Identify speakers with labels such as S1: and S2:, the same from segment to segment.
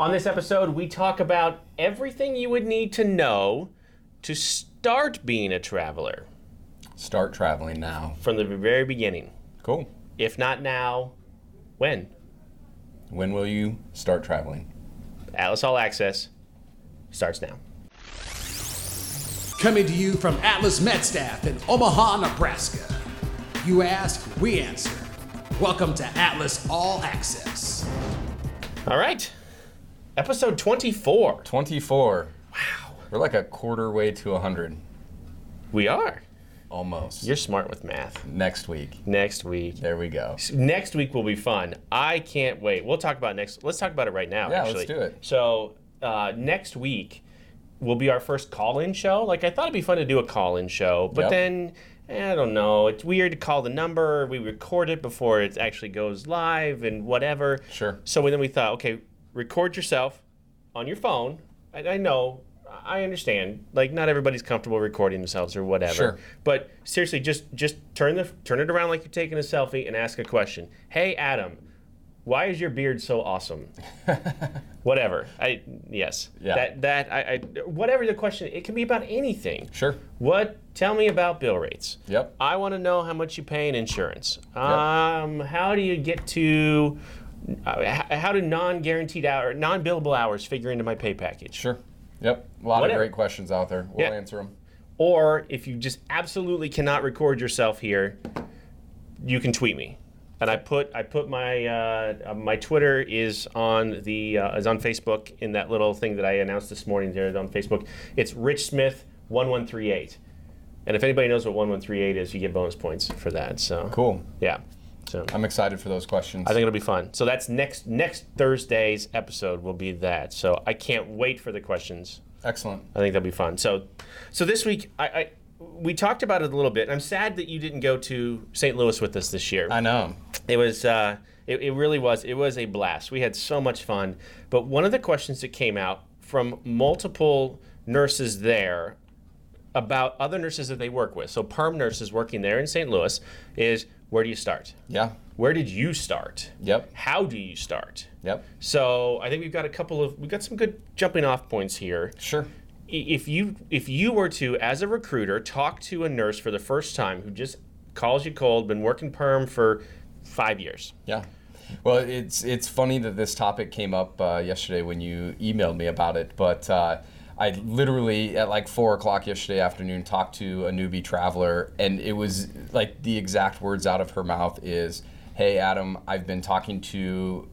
S1: On this episode, we talk about everything you would need to know to start being a traveler
S2: Start traveling now.
S1: from the very beginning.
S2: Cool.
S1: If not now, when?
S2: When will you start traveling?
S1: Atlas All Access starts now.
S3: Coming to you from Atlas Med Staff in Omaha, Nebraska. You ask, we answer. Welcome to Atlas All Access.
S1: All right. Episode 24.
S2: 24. Wow. We're like a quarter way to 100.
S1: We are.
S2: Almost.
S1: You're smart with math.
S2: Next week.
S1: Next week.
S2: There we go.
S1: Next week will be fun. I can't wait. We'll talk about next. Let's talk about it right now.
S2: Yeah, let's
S1: actually.
S2: do it.
S1: So uh, next week will be our first call-in show. Like I thought it'd be fun to do a call-in show, but
S2: Yep.
S1: then eh, I don't know. It's weird to call the number. We record it before it actually goes live and whatever.
S2: Sure.
S1: So then we thought, okay, record yourself on your phone. I, I know. I understand. Like not everybody's comfortable recording themselves or whatever.
S2: Sure.
S1: But seriously, just just turn the turn it around like you're taking a selfie and ask a question. Hey Adam, why is your beard so awesome? whatever. I yes.
S2: Yeah.
S1: That that I, I whatever the question. It can be about anything.
S2: Sure.
S1: What? Tell me about bill rates.
S2: Yep.
S1: I want to know how much you pay in insurance. Um, how do you get to? Uh, h- how do non-guaranteed hour, non-billable hours figure into my pay package?
S2: Sure. Yep. A lot
S1: Whatever.
S2: of great questions out there. We'll
S1: Yeah.
S2: answer them.
S1: Or if you just absolutely cannot record yourself here, you can tweet me. And I put I put my uh, uh, my Twitter is on the uh, is on Facebook in that little thing that I announced this morning there on Facebook. It's Rich Smith one one three eight. And if anybody knows what one one three eight is, you get bonus points for that. So
S2: Cool.
S1: Yeah. So
S2: I'm excited for those questions.
S1: I think it'll be fun. So that's next next Thursday's episode will be that. So I can't wait for the questions.
S2: Excellent.
S1: I think that'll be fun. So, so this week I, I we talked about it a little bit. and I'm sad that you didn't go to St. Louis with us this year.
S2: I know.
S1: It was uh, it, it really was it was a blast. We had so much fun. But one of the questions that came out from multiple nurses there about other nurses that they work with, so perm nurses working there in St. Louis, is where do you start?
S2: Yeah.
S1: Where did you start?
S2: Yep.
S1: How do you start?
S2: Yep.
S1: So I think we've got a couple of we've got some good jumping off points here
S2: Sure.
S1: i- if you if you were to as a recruiter talk to a nurse for the first time who just calls you cold been working perm for five years
S2: Yeah. Well, it's it's funny that this topic came up uh, yesterday when you emailed me about it, but uh, I literally at like four o'clock yesterday afternoon talked to a newbie traveler, and it was like the exact words out of her mouth is, "Hey Adam, I've been talking to."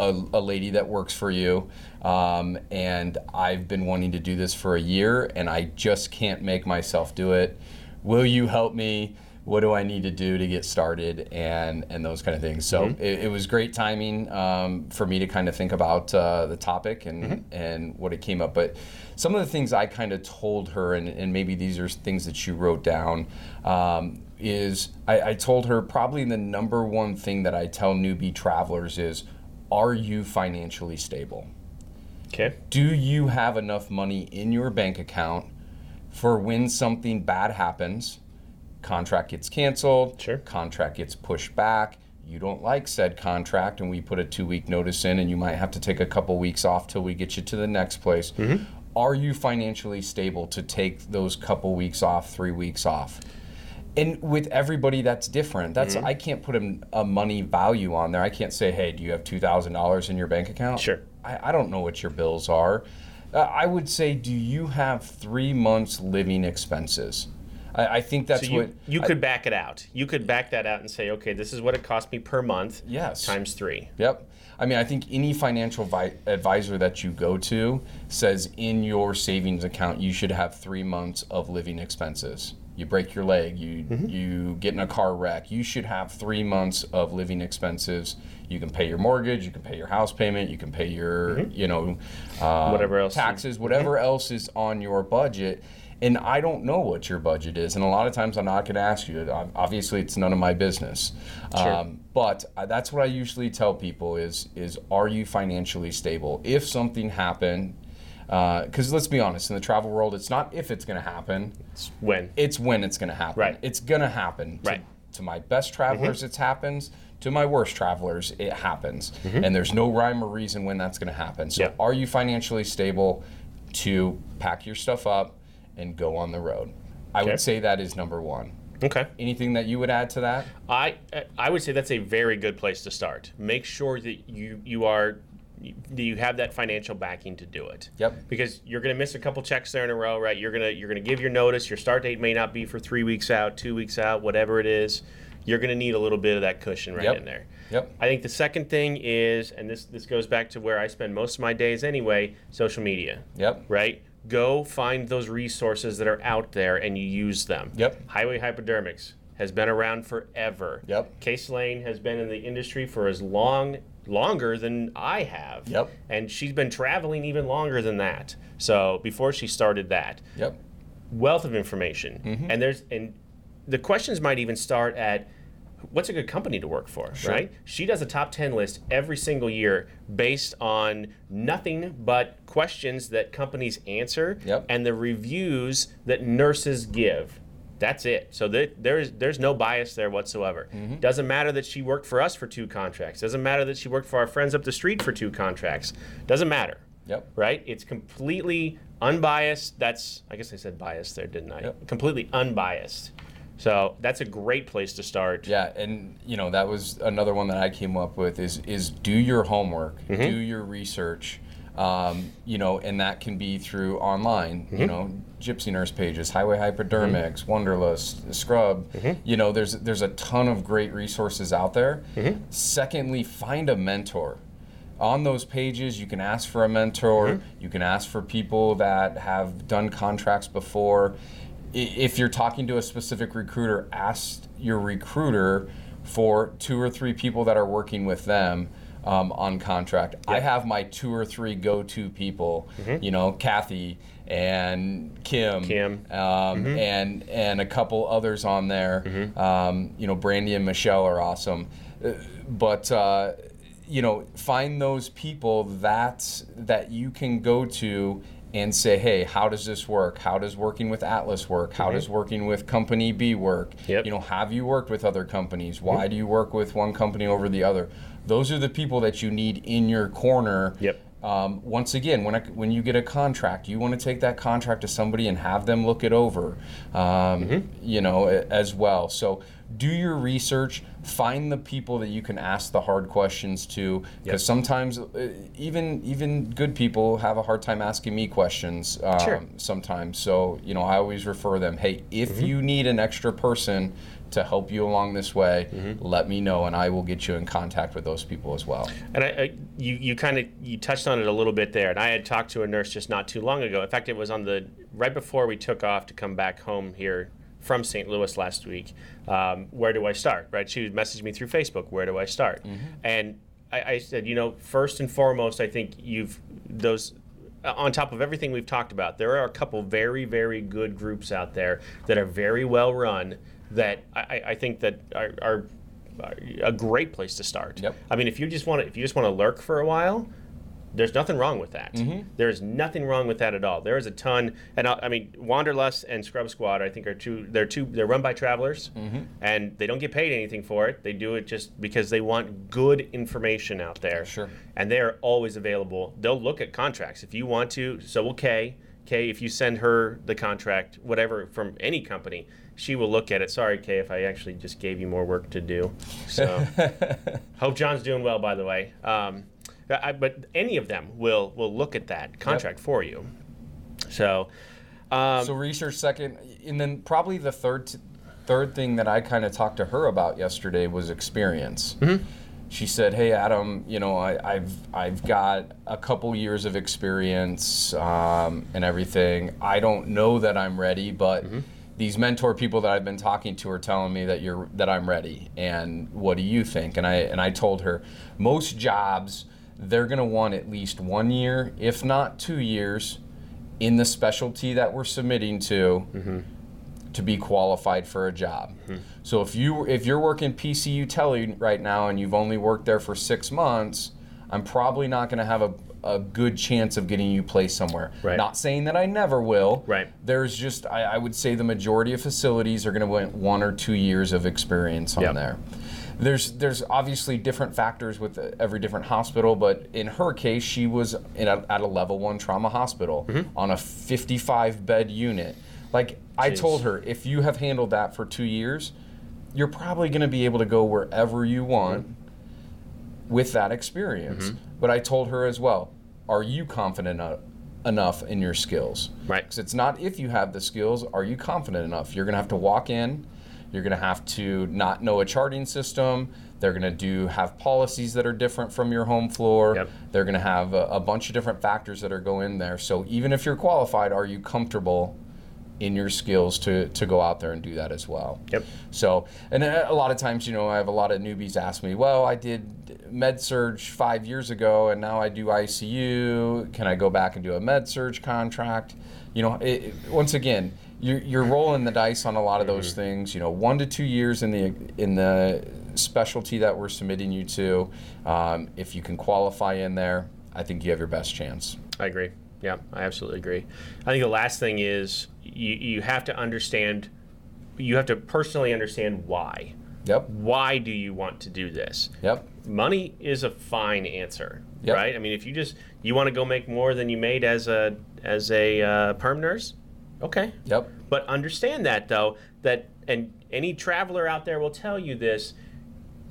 S2: A, a lady that works for you, um, and I've been wanting to do this for a year, and I just can't make myself do it. Will you help me? what do I need to do to get started and and those kind of things. So it, it was great timing um, for me to kind of think about uh, the topic and and what it came up. But some of the things I kind of told her, and, and maybe these are things that you wrote down. Um, is I, I told her probably the number one thing that I tell newbie travelers is, are you financially stable?
S1: okay
S2: do you have enough money in your bank account for when something bad happens contract gets canceled
S1: Sure.
S2: contract gets pushed back you don't like said contract and we put a two week notice in and you might have to take a couple weeks off till we get you to the next place are you financially stable to take those couple weeks off three weeks off and with everybody that's different that's
S1: Mm-hmm.
S2: i can't put a, a money value on there i can't say hey do you have $2000 in your bank account
S1: Sure.
S2: I, I don't know what your bills are. Uh, I would say, do you have three months living expenses? I, I think that's
S1: so you,
S2: what
S1: you
S2: I-
S1: could back it out you could back that out and say okay this is what it cost me per month
S2: yes.
S1: times three
S2: Yep. I mean, I think any financial vi- advisor that you go to says in your savings account you should have three months of living expenses. You break your leg, you
S1: Mm-hmm.
S2: you get in a car wreck, you should have three months of living expenses. You can pay your mortgage, you can pay your house payment, you can pay your you know uh,
S1: Mm-hmm. Whatever else you-
S2: taxes, whatever else is on your budget. And I don't know what your budget is, and a lot of times I'm not going to ask you. Ob- Obviously, it's none of my business. Um,
S1: Sure.
S2: but I- that's what I usually tell people: is is are you financially stable? If something happened, because let's be honest, in the travel world, it's not if it's going to happen;
S1: when
S2: it's when it's going to happen.
S1: Right.
S2: It's going to happen. To-
S1: Right. Mm-hmm.
S2: To my best travelers, it's happens. to my worst travelers, it happens. And there's no rhyme or reason when that's going to happen. So,
S1: Mm-hmm. Yeah.
S2: are you financially stable to pack your stuff up and go on the road? I
S1: Okay.
S2: would say that is number one.
S1: Okay.
S2: Anything that you would add to that?
S1: I I would say that's a very good place to start. Make sure that you you are that you have that financial backing to do it.
S2: Yep.
S1: Because you're going to miss a couple checks there in a row, right? You're gonna you're gonna give your notice. Your start date may not be for three weeks out, two weeks out, whatever it is. You're going to need a little bit of that cushion right
S2: Yep.
S1: in there.
S2: Yep.
S1: I think the second thing is, and this this goes back to where I spend most of my days anyway, social media
S2: Yep.
S1: right? Go find those resources that are out there and you use them.
S2: Yep.
S1: Highway Hypodermics has been around forever.
S2: Yep.
S1: Case Lane has been in the industry for as long longer than I have.
S2: Yep.
S1: And she's been traveling even longer than that. So before she started that
S2: Yep.
S1: wealth of information. And there's and the questions might even start at what's a good company to work for, right? She does a top 10 list every single year based on nothing but questions that companies answer
S2: Yep.
S1: and the reviews that nurses give. That's it. So there- there's there's no bias there whatsoever. Doesn't matter that she worked for us for two contracts. Doesn't matter that she worked for our friends up the street for two contracts. Doesn't matter
S2: Yep.
S1: right? It's completely unbiased. That's I guess I said biased there, didn't I?
S2: Yep.
S1: Completely unbiased. So that's a great place to start.
S2: Yeah, and you know that was another one that I came up with is is do your homework, do your research, um, you know, and that can be through online, you know, Gypsy Nurse pages, Highway Hypodermics, Wonderlust, Scrub, you know, there's there's a ton of great resources out there. Secondly, find a mentor on those pages you can ask for a mentor you can ask for people that have done contracts before I- if you're talking to a specific recruiter ask your recruiter for two or three people that are working with them um, on contract i have my two or three go-to people you know kathy and kim
S1: Kim.
S2: um, and and a couple others on there. Um, you know, Brandy and Michelle are awesome, Uh, but uh, you know, find those people that that you can go to and say, hey, how does this work? How does working with Atlas work? How does working with Company B work?
S1: Yep.
S2: You know, have you worked with other companies? Why do you work with one company over the other? Those are the people that you need in your corner
S1: Yep.
S2: um, once again, when, I, when you get a contract, you want to take that contract to somebody and have them look it over, um, you know, a- as well. So do your research, find the people that you can ask the hard questions to, because sometimes uh, even even good people have a hard time asking me questions um,
S1: Sure.
S2: sometimes. So you know, I always refer them, hey, if you need an extra person to help you along this way, let me know, and I will get you in contact with those people as well.
S1: And I, I you, you kind of you touched on it a little bit there. And I had talked to a nurse just not too long ago. In fact, it was on the right before we took off to come back home here from St. Louis last week. Um, where do I start? Right? She messaged me through Facebook. Where do I start? And I, I said, you know, first and foremost, I think you've those uh, on top of everything we've talked about, there are a couple very, very good groups out there that are very well run that I, I- I think that are, are, are a great place to start.
S2: Yep.
S1: I mean, if you just want to, if you just want to lurk for a while, there's nothing wrong with that. There is nothing wrong with that at all. There is a ton, and I, I mean, Wanderlust and Scrub Squad, I think are two. They're two. They're run by travelers, and they don't get paid anything for it. They do it just because they want good information out there.
S2: Sure.
S1: And they are always available. They'll look at contracts if you want to. So will Kay. Kay, if you send her the contract, whatever from any company, she will look at it. Sorry, Kay, if I actually just gave you more work to do. So. Hope John's doing well, by the way. Um, I, but any of them will will look at that contract for you. So, um,
S2: So research second, and then probably the third t- third thing that I kind of talked to her about yesterday was experience. She said, "Hey Adam, you know I, I've I've got a couple years of experience um, and everything. I don't know that I'm ready, but." These mentor people that I've been talking to are telling me that you're that I'm ready, and what do you think? And I and I told her, most jobs they're gonna want at least one year, if not two years, in the specialty that we're submitting to
S1: Mm-hmm.
S2: to be qualified for a job. So if you if you're working PCU tele right now and you've only worked there for six months, I'm probably not going to have a, a good chance of getting you placed somewhere.
S1: Right.
S2: Not saying that I never will.
S1: Right.
S2: There's just I, I would say the majority of facilities are going to want one or two years of experience on
S1: Yep.
S2: there. there's there's obviously different factors with every different hospital, but in her case, she was in a, at a level one trauma hospital
S1: Mm-hmm.
S2: on a 55 bed unit. Like I told her, if you have handled that for two years, you're probably going to be able to go wherever you want
S1: Mm-hmm.
S2: with that experience. But I told her as well, are you confident o- enough in your skills?
S1: Right.
S2: Because it's not if you have the skills, are you confident enough? You're going to have to walk in, you're going to have to not know a charting system. They're going to do have policies that are different from your home floor.
S1: Yep.
S2: They're going to have a, a bunch of different factors that are go in there. So even if you're qualified, are you comfortable in your skills to to go out there and do that as well?
S1: Yep.
S2: So, and uh, a a lot of times, you know, I have a lot of newbies ask me, well, I did med surge five years ago and now I do ICU. Can I go back and do a med surge contract? You know, it, it- once again, you're, you're rolling the dice on a lot of those
S1: Mm-hmm.
S2: things. You know, one to two years in the in the specialty that we're submitting you to. Um, if you can qualify in there, I think you have your best chance.
S1: I agree. Yeah, I absolutely agree. I think the last thing is you, you have to understand, you have to personally understand why.
S2: Yep.
S1: Why do you want to do this?
S2: Yep.
S1: Money is a fine answer,
S2: Yep.
S1: right? I mean, if you just you want to go make more than you made as a as a uh, perm nurse, okay.
S2: Yep.
S1: But understand that though that and any traveler out there will tell you this: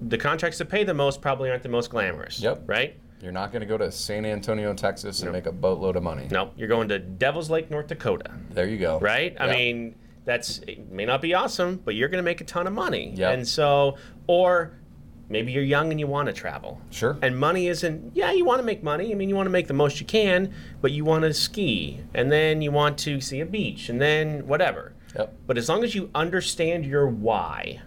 S1: the contracts that pay the most probably aren't the most glamorous.
S2: Yep.
S1: Right.
S2: You're not going to go to San Antonio, Texas, and make a boatload of money.
S1: No, you're going to Devil's Lake, North Dakota.
S2: There you go.
S1: right? I
S2: Yep.
S1: mean, that's it may not be awesome, but you're going to make a ton of money.
S2: Yep.
S1: And so, or maybe you're young and you want to travel.
S2: Sure.
S1: And money isn't. Yeah, you want to make money. I mean, you want to make the most you can, but you want to ski, and then you want to see a beach, and then whatever.
S2: Yep.
S1: But as long as you understand your why,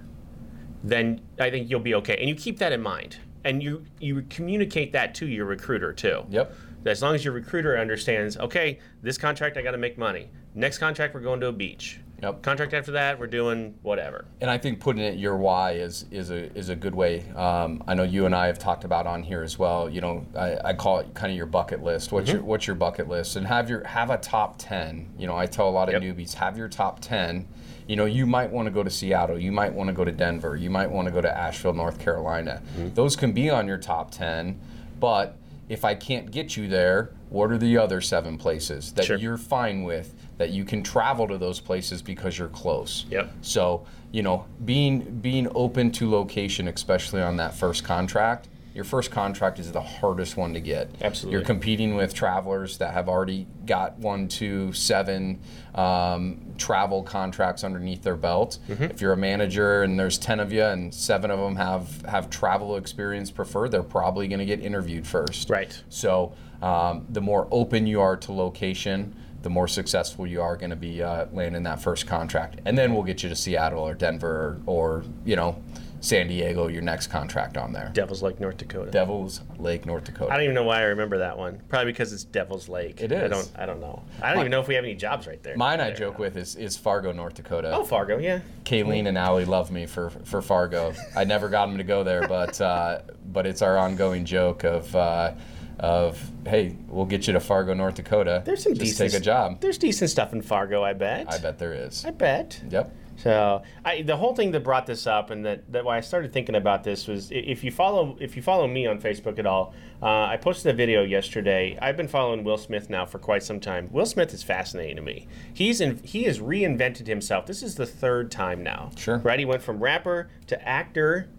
S1: then I think you'll be okay. And you keep that in mind, and you you communicate that to your recruiter too
S2: Yep.
S1: as long as your recruiter understands, okay, this contract I got to make money. Next contract we're going to a beach.
S2: Yep.
S1: Contract after that we're doing whatever.
S2: And I think putting it your why is is a is a good way. Um, I know you and I have talked about on here as well. You know, I, I call it kind of your bucket list. What's
S1: Mm-hmm.
S2: your what's your bucket list? And have your have a top ten. You know, I tell a lot of
S1: Yep.
S2: newbies have your top ten. You know, you might want to go to Seattle. You might want to go to Denver. You might want to go to Asheville, North Carolina.
S1: Mm-hmm.
S2: Those can be on your top ten, but if I can't get you there, what are the other seven places that
S1: Sure.
S2: you're fine with that you can travel to those places because you're close?
S1: Yep.
S2: So you know, being being open to location, especially on that first contract. Your first contract is the hardest one to get.
S1: Absolutely.
S2: You're competing with travelers that have already got one, two, seven um, travel contracts underneath their belt. If you're a manager and there's ten of you and seven of them have have travel experience preferred, they're probably going to get interviewed first.
S1: Right.
S2: So um, the more open you are to location, the more successful you are going to be uh, landing that first contract, and then we'll get you to Seattle or Denver or, or you know San Diego your next contract on there.
S1: Devils Lake, North Dakota.
S2: Devils Lake, North
S1: I
S2: Dakota.
S1: don't even know why I remember that one. Probably because it's Devil's Lake.
S2: It
S1: I
S2: is.
S1: don't. I don't know. I don't even know if we have any jobs right there.
S2: Mine I joke with is, is Fargo, North Dakota.
S1: Oh, Fargo. Yeah.
S2: Kayleen and Allie love me for for Fargo. I never got them to go there, but uh, but it's our ongoing joke of uh, of hey, we'll get you to Fargo, North Dakota.
S1: There's some
S2: Just
S1: decent.
S2: take a job.
S1: There's decent stuff in Fargo. I bet.
S2: I bet there is.
S1: I bet.
S2: Yep.
S1: So I, the whole thing that brought this up and that, that why I started thinking about this was i- if you follow if you follow me on Facebook at all, uh, I posted a video yesterday. I've been following Will Smith now for quite some time. Will Smith is fascinating to me. He's in, he has reinvented himself. This is the third time now.
S2: Sure.
S1: Right. He went from rapper to actor.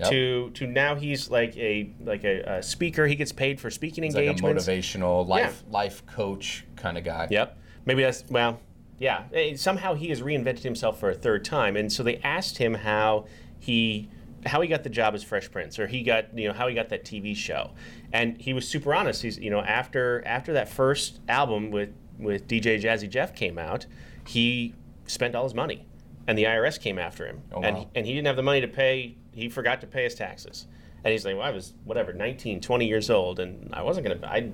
S2: Yep.
S1: To, to now he's like a like a, a speaker. He gets paid for speaking
S2: like a
S1: engagements.
S2: motivational life life coach kind of guy.
S1: Yep. Maybe that's well. Yeah. Eh, Somehow he has reinvented himself for a third time, and so they asked him how he how he got the job as Fresh Prince, or he got you know how he got that TV show, and he was super honest. He's you know after after that first album with with DJ Jazzy Jeff came out, he spent all his money, and the IRS came after him,
S2: Oh,
S1: and
S2: wow.
S1: and he didn't have the money to pay. He forgot to pay his taxes, and he's like, well, I was whatever 19, 20 years old, and I wasn't gonna I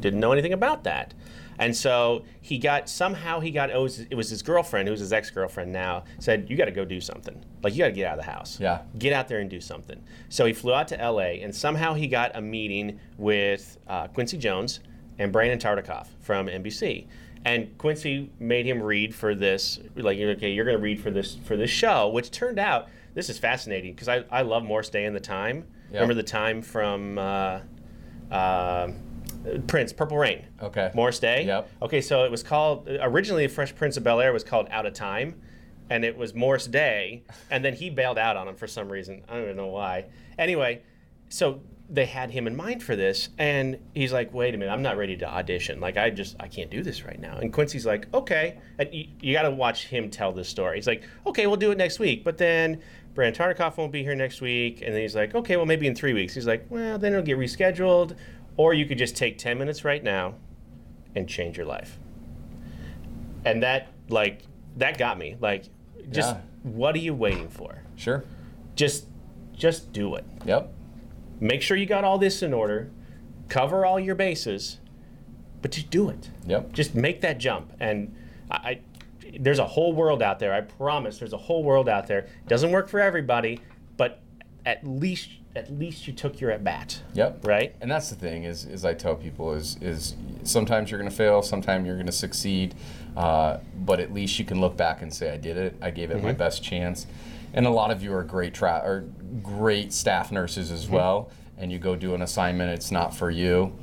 S1: didn't know anything about that. And so he got somehow he got oh, it was his girlfriend who's his ex girlfriend now said you got to go do something like you got to get out of the house
S2: Yeah.
S1: get out there and do something. So he flew out to L.A. and somehow he got a meeting with uh, Quincy Jones and Brandon Tartikoff from NBC. And Quincy made him read for this like okay you're going to read for this for this show, which turned out this is fascinating because I, I love Morse Day and the Time.
S2: Yeah.
S1: Remember the time from uh, uh, Prince, Purple Rain.
S2: Okay.
S1: Morse Day.
S2: Yep.
S1: Okay, so it was called originally Fresh Prince of Bel Air was called Out of Time, and it was Morse Day, and then he bailed out on him for some reason. I don't even know why. Anyway, so they had him in mind for this, and he's like, "Wait a minute, I'm not ready to audition. Like, I just I can't do this right now." And Quincy's like, "Okay," and you, you got to watch him tell this story. He's like, "Okay, we'll do it next week," but then. Brand Tarnikoff won't be here next week, and then he's like, "Okay, well, maybe in three weeks." He's like, "Well, then it'll get rescheduled, or you could just take ten minutes right now, and change your life. And that like that got me. Like just
S2: Yeah.
S1: what are you waiting for?
S2: Sure.
S1: Just just do it.
S2: Yep.
S1: Make sure you got all this in order, cover all your bases, but just do it.
S2: Yep.
S1: Just make that jump. And I, I there's a whole world out there. I promise there's a whole world out there. Doesn't work for everybody, but at least at least you took your at bat.
S2: Yep.
S1: Right?
S2: And that's the thing is, is I tell people is, is sometimes you're going to fail, sometimes you're going to succeed, uh, but at least you can look back and say I did it. I gave it
S1: Mm-hmm.
S2: my best chance. And a lot of you are great tra- or great staff nurses
S1: Mm-hmm.
S2: as well. And you go do an assignment, it's not for you.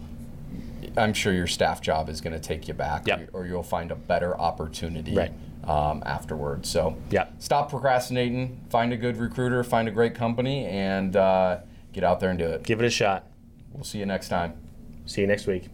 S2: I'm sure your staff job is going to take you back,
S1: Yep.
S2: or you'll find a better opportunity
S1: Right.
S2: um, afterwards. So
S1: Yep.
S2: stop procrastinating. Find a good recruiter. Find a great company, and uh, get out there and do it.
S1: Give it a shot.
S2: We'll see you next time.
S1: See you next week.